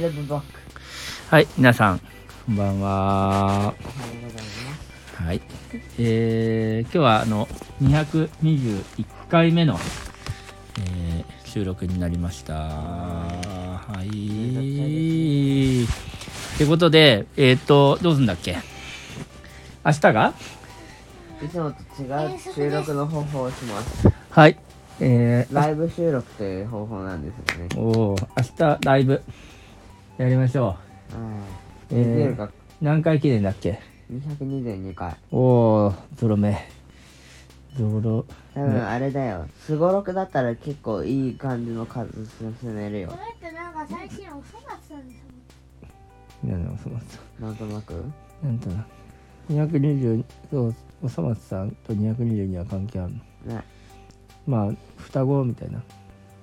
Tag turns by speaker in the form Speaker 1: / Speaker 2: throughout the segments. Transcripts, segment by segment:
Speaker 1: レブバック。
Speaker 2: はい、皆さん、こんばんは。
Speaker 1: おはようございます。
Speaker 2: はい。えー、今日はあの、221回目の、えー収録になりました。はい。ってことで、えっ、と、どうすんだっけ明日が
Speaker 1: いつもと違う収録の方法をします。
Speaker 2: はい。えー、
Speaker 1: ライブ収録という方法なんですよね。
Speaker 2: おー明日ライブやりましょ
Speaker 1: はい。
Speaker 2: う。
Speaker 1: でき
Speaker 2: え
Speaker 1: る
Speaker 2: ー
Speaker 1: か、
Speaker 2: 何回記念だっけ
Speaker 1: 222回。
Speaker 2: おー、ゾロ目。ゾロ、
Speaker 1: 多分あれだよ。すごろくだったら結構いい感じの数進める
Speaker 3: そ
Speaker 1: よ
Speaker 3: れ。ってなんか最近遅かったんですも
Speaker 2: なんだろう、その
Speaker 1: なんとなく。
Speaker 2: なんとな220そうおさ松さんと220には関係あるの
Speaker 1: ね。
Speaker 2: まあ双子みたいな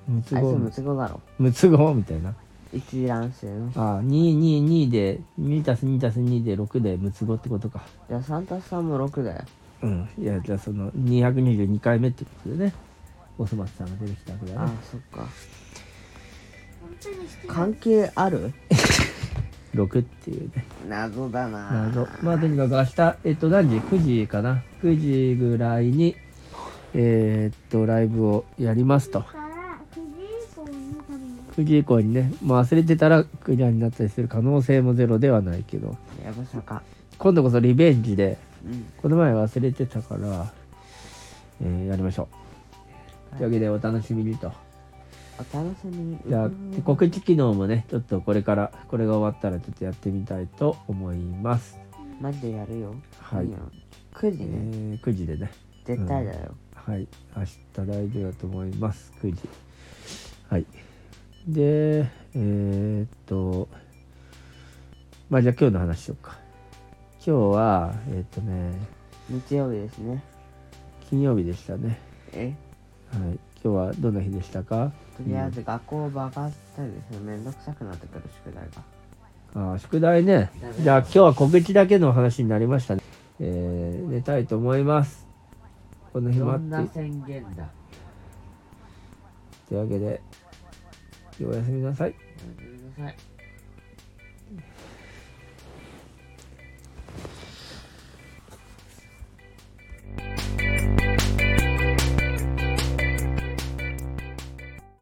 Speaker 2: 六つ
Speaker 1: あいつ
Speaker 2: 子
Speaker 1: ムツゴだろ。
Speaker 2: 六つ子みたいな
Speaker 1: 一覧数の。じ
Speaker 2: あ222で2たす2たす2で6で六つ子ってことか
Speaker 1: ゃあ3たす3も6だよ。
Speaker 2: うんいやじゃあその222回目ってことでねおそ松さんが出てきたわけだ
Speaker 1: あ
Speaker 2: ね
Speaker 1: あ、そっか。
Speaker 3: 本当にして
Speaker 1: 関係ある
Speaker 2: 6っていうね
Speaker 1: 謎だな
Speaker 2: 謎まあとにかく明日えっと何時9時かな9時ぐらいにえーっとライブをやりますと
Speaker 3: から9時以降に多分
Speaker 2: 9時以降にね、まあ、忘れてたらクリアになったりする可能性もゼロではないけど
Speaker 1: やぶさか。
Speaker 2: 今度こそリベンジで
Speaker 1: うん。
Speaker 2: この前忘れてたから、えーやりましょう。というわけでお楽しみにと。
Speaker 1: お楽しみに。
Speaker 2: じゃあ告知機能もねちょっとこれからこれが終わったらちょっとやってみたいと思います。
Speaker 1: マジでやるよ。
Speaker 2: はい
Speaker 1: よ。9時
Speaker 2: え
Speaker 1: ね。
Speaker 2: ー9時でね。
Speaker 1: 絶対だよ。
Speaker 2: はい明日ライブだと思います9時はいでえーっとまあじゃあ今日の話しようか今日はえーっとね
Speaker 1: 日曜日ですね。
Speaker 2: 金曜日でしたね
Speaker 1: え
Speaker 2: はい今日はどんな日でしたか
Speaker 1: とりあえず学校を爆発したんですよ。めんどくさくなってくる宿題が。
Speaker 2: あー宿題ねじゃあ今日は告知だけの話になりましたねえー、寝たいと思いますこの日もあって
Speaker 1: 宣言だ。
Speaker 2: というわけでおやすみなさい
Speaker 1: ごめんなさい。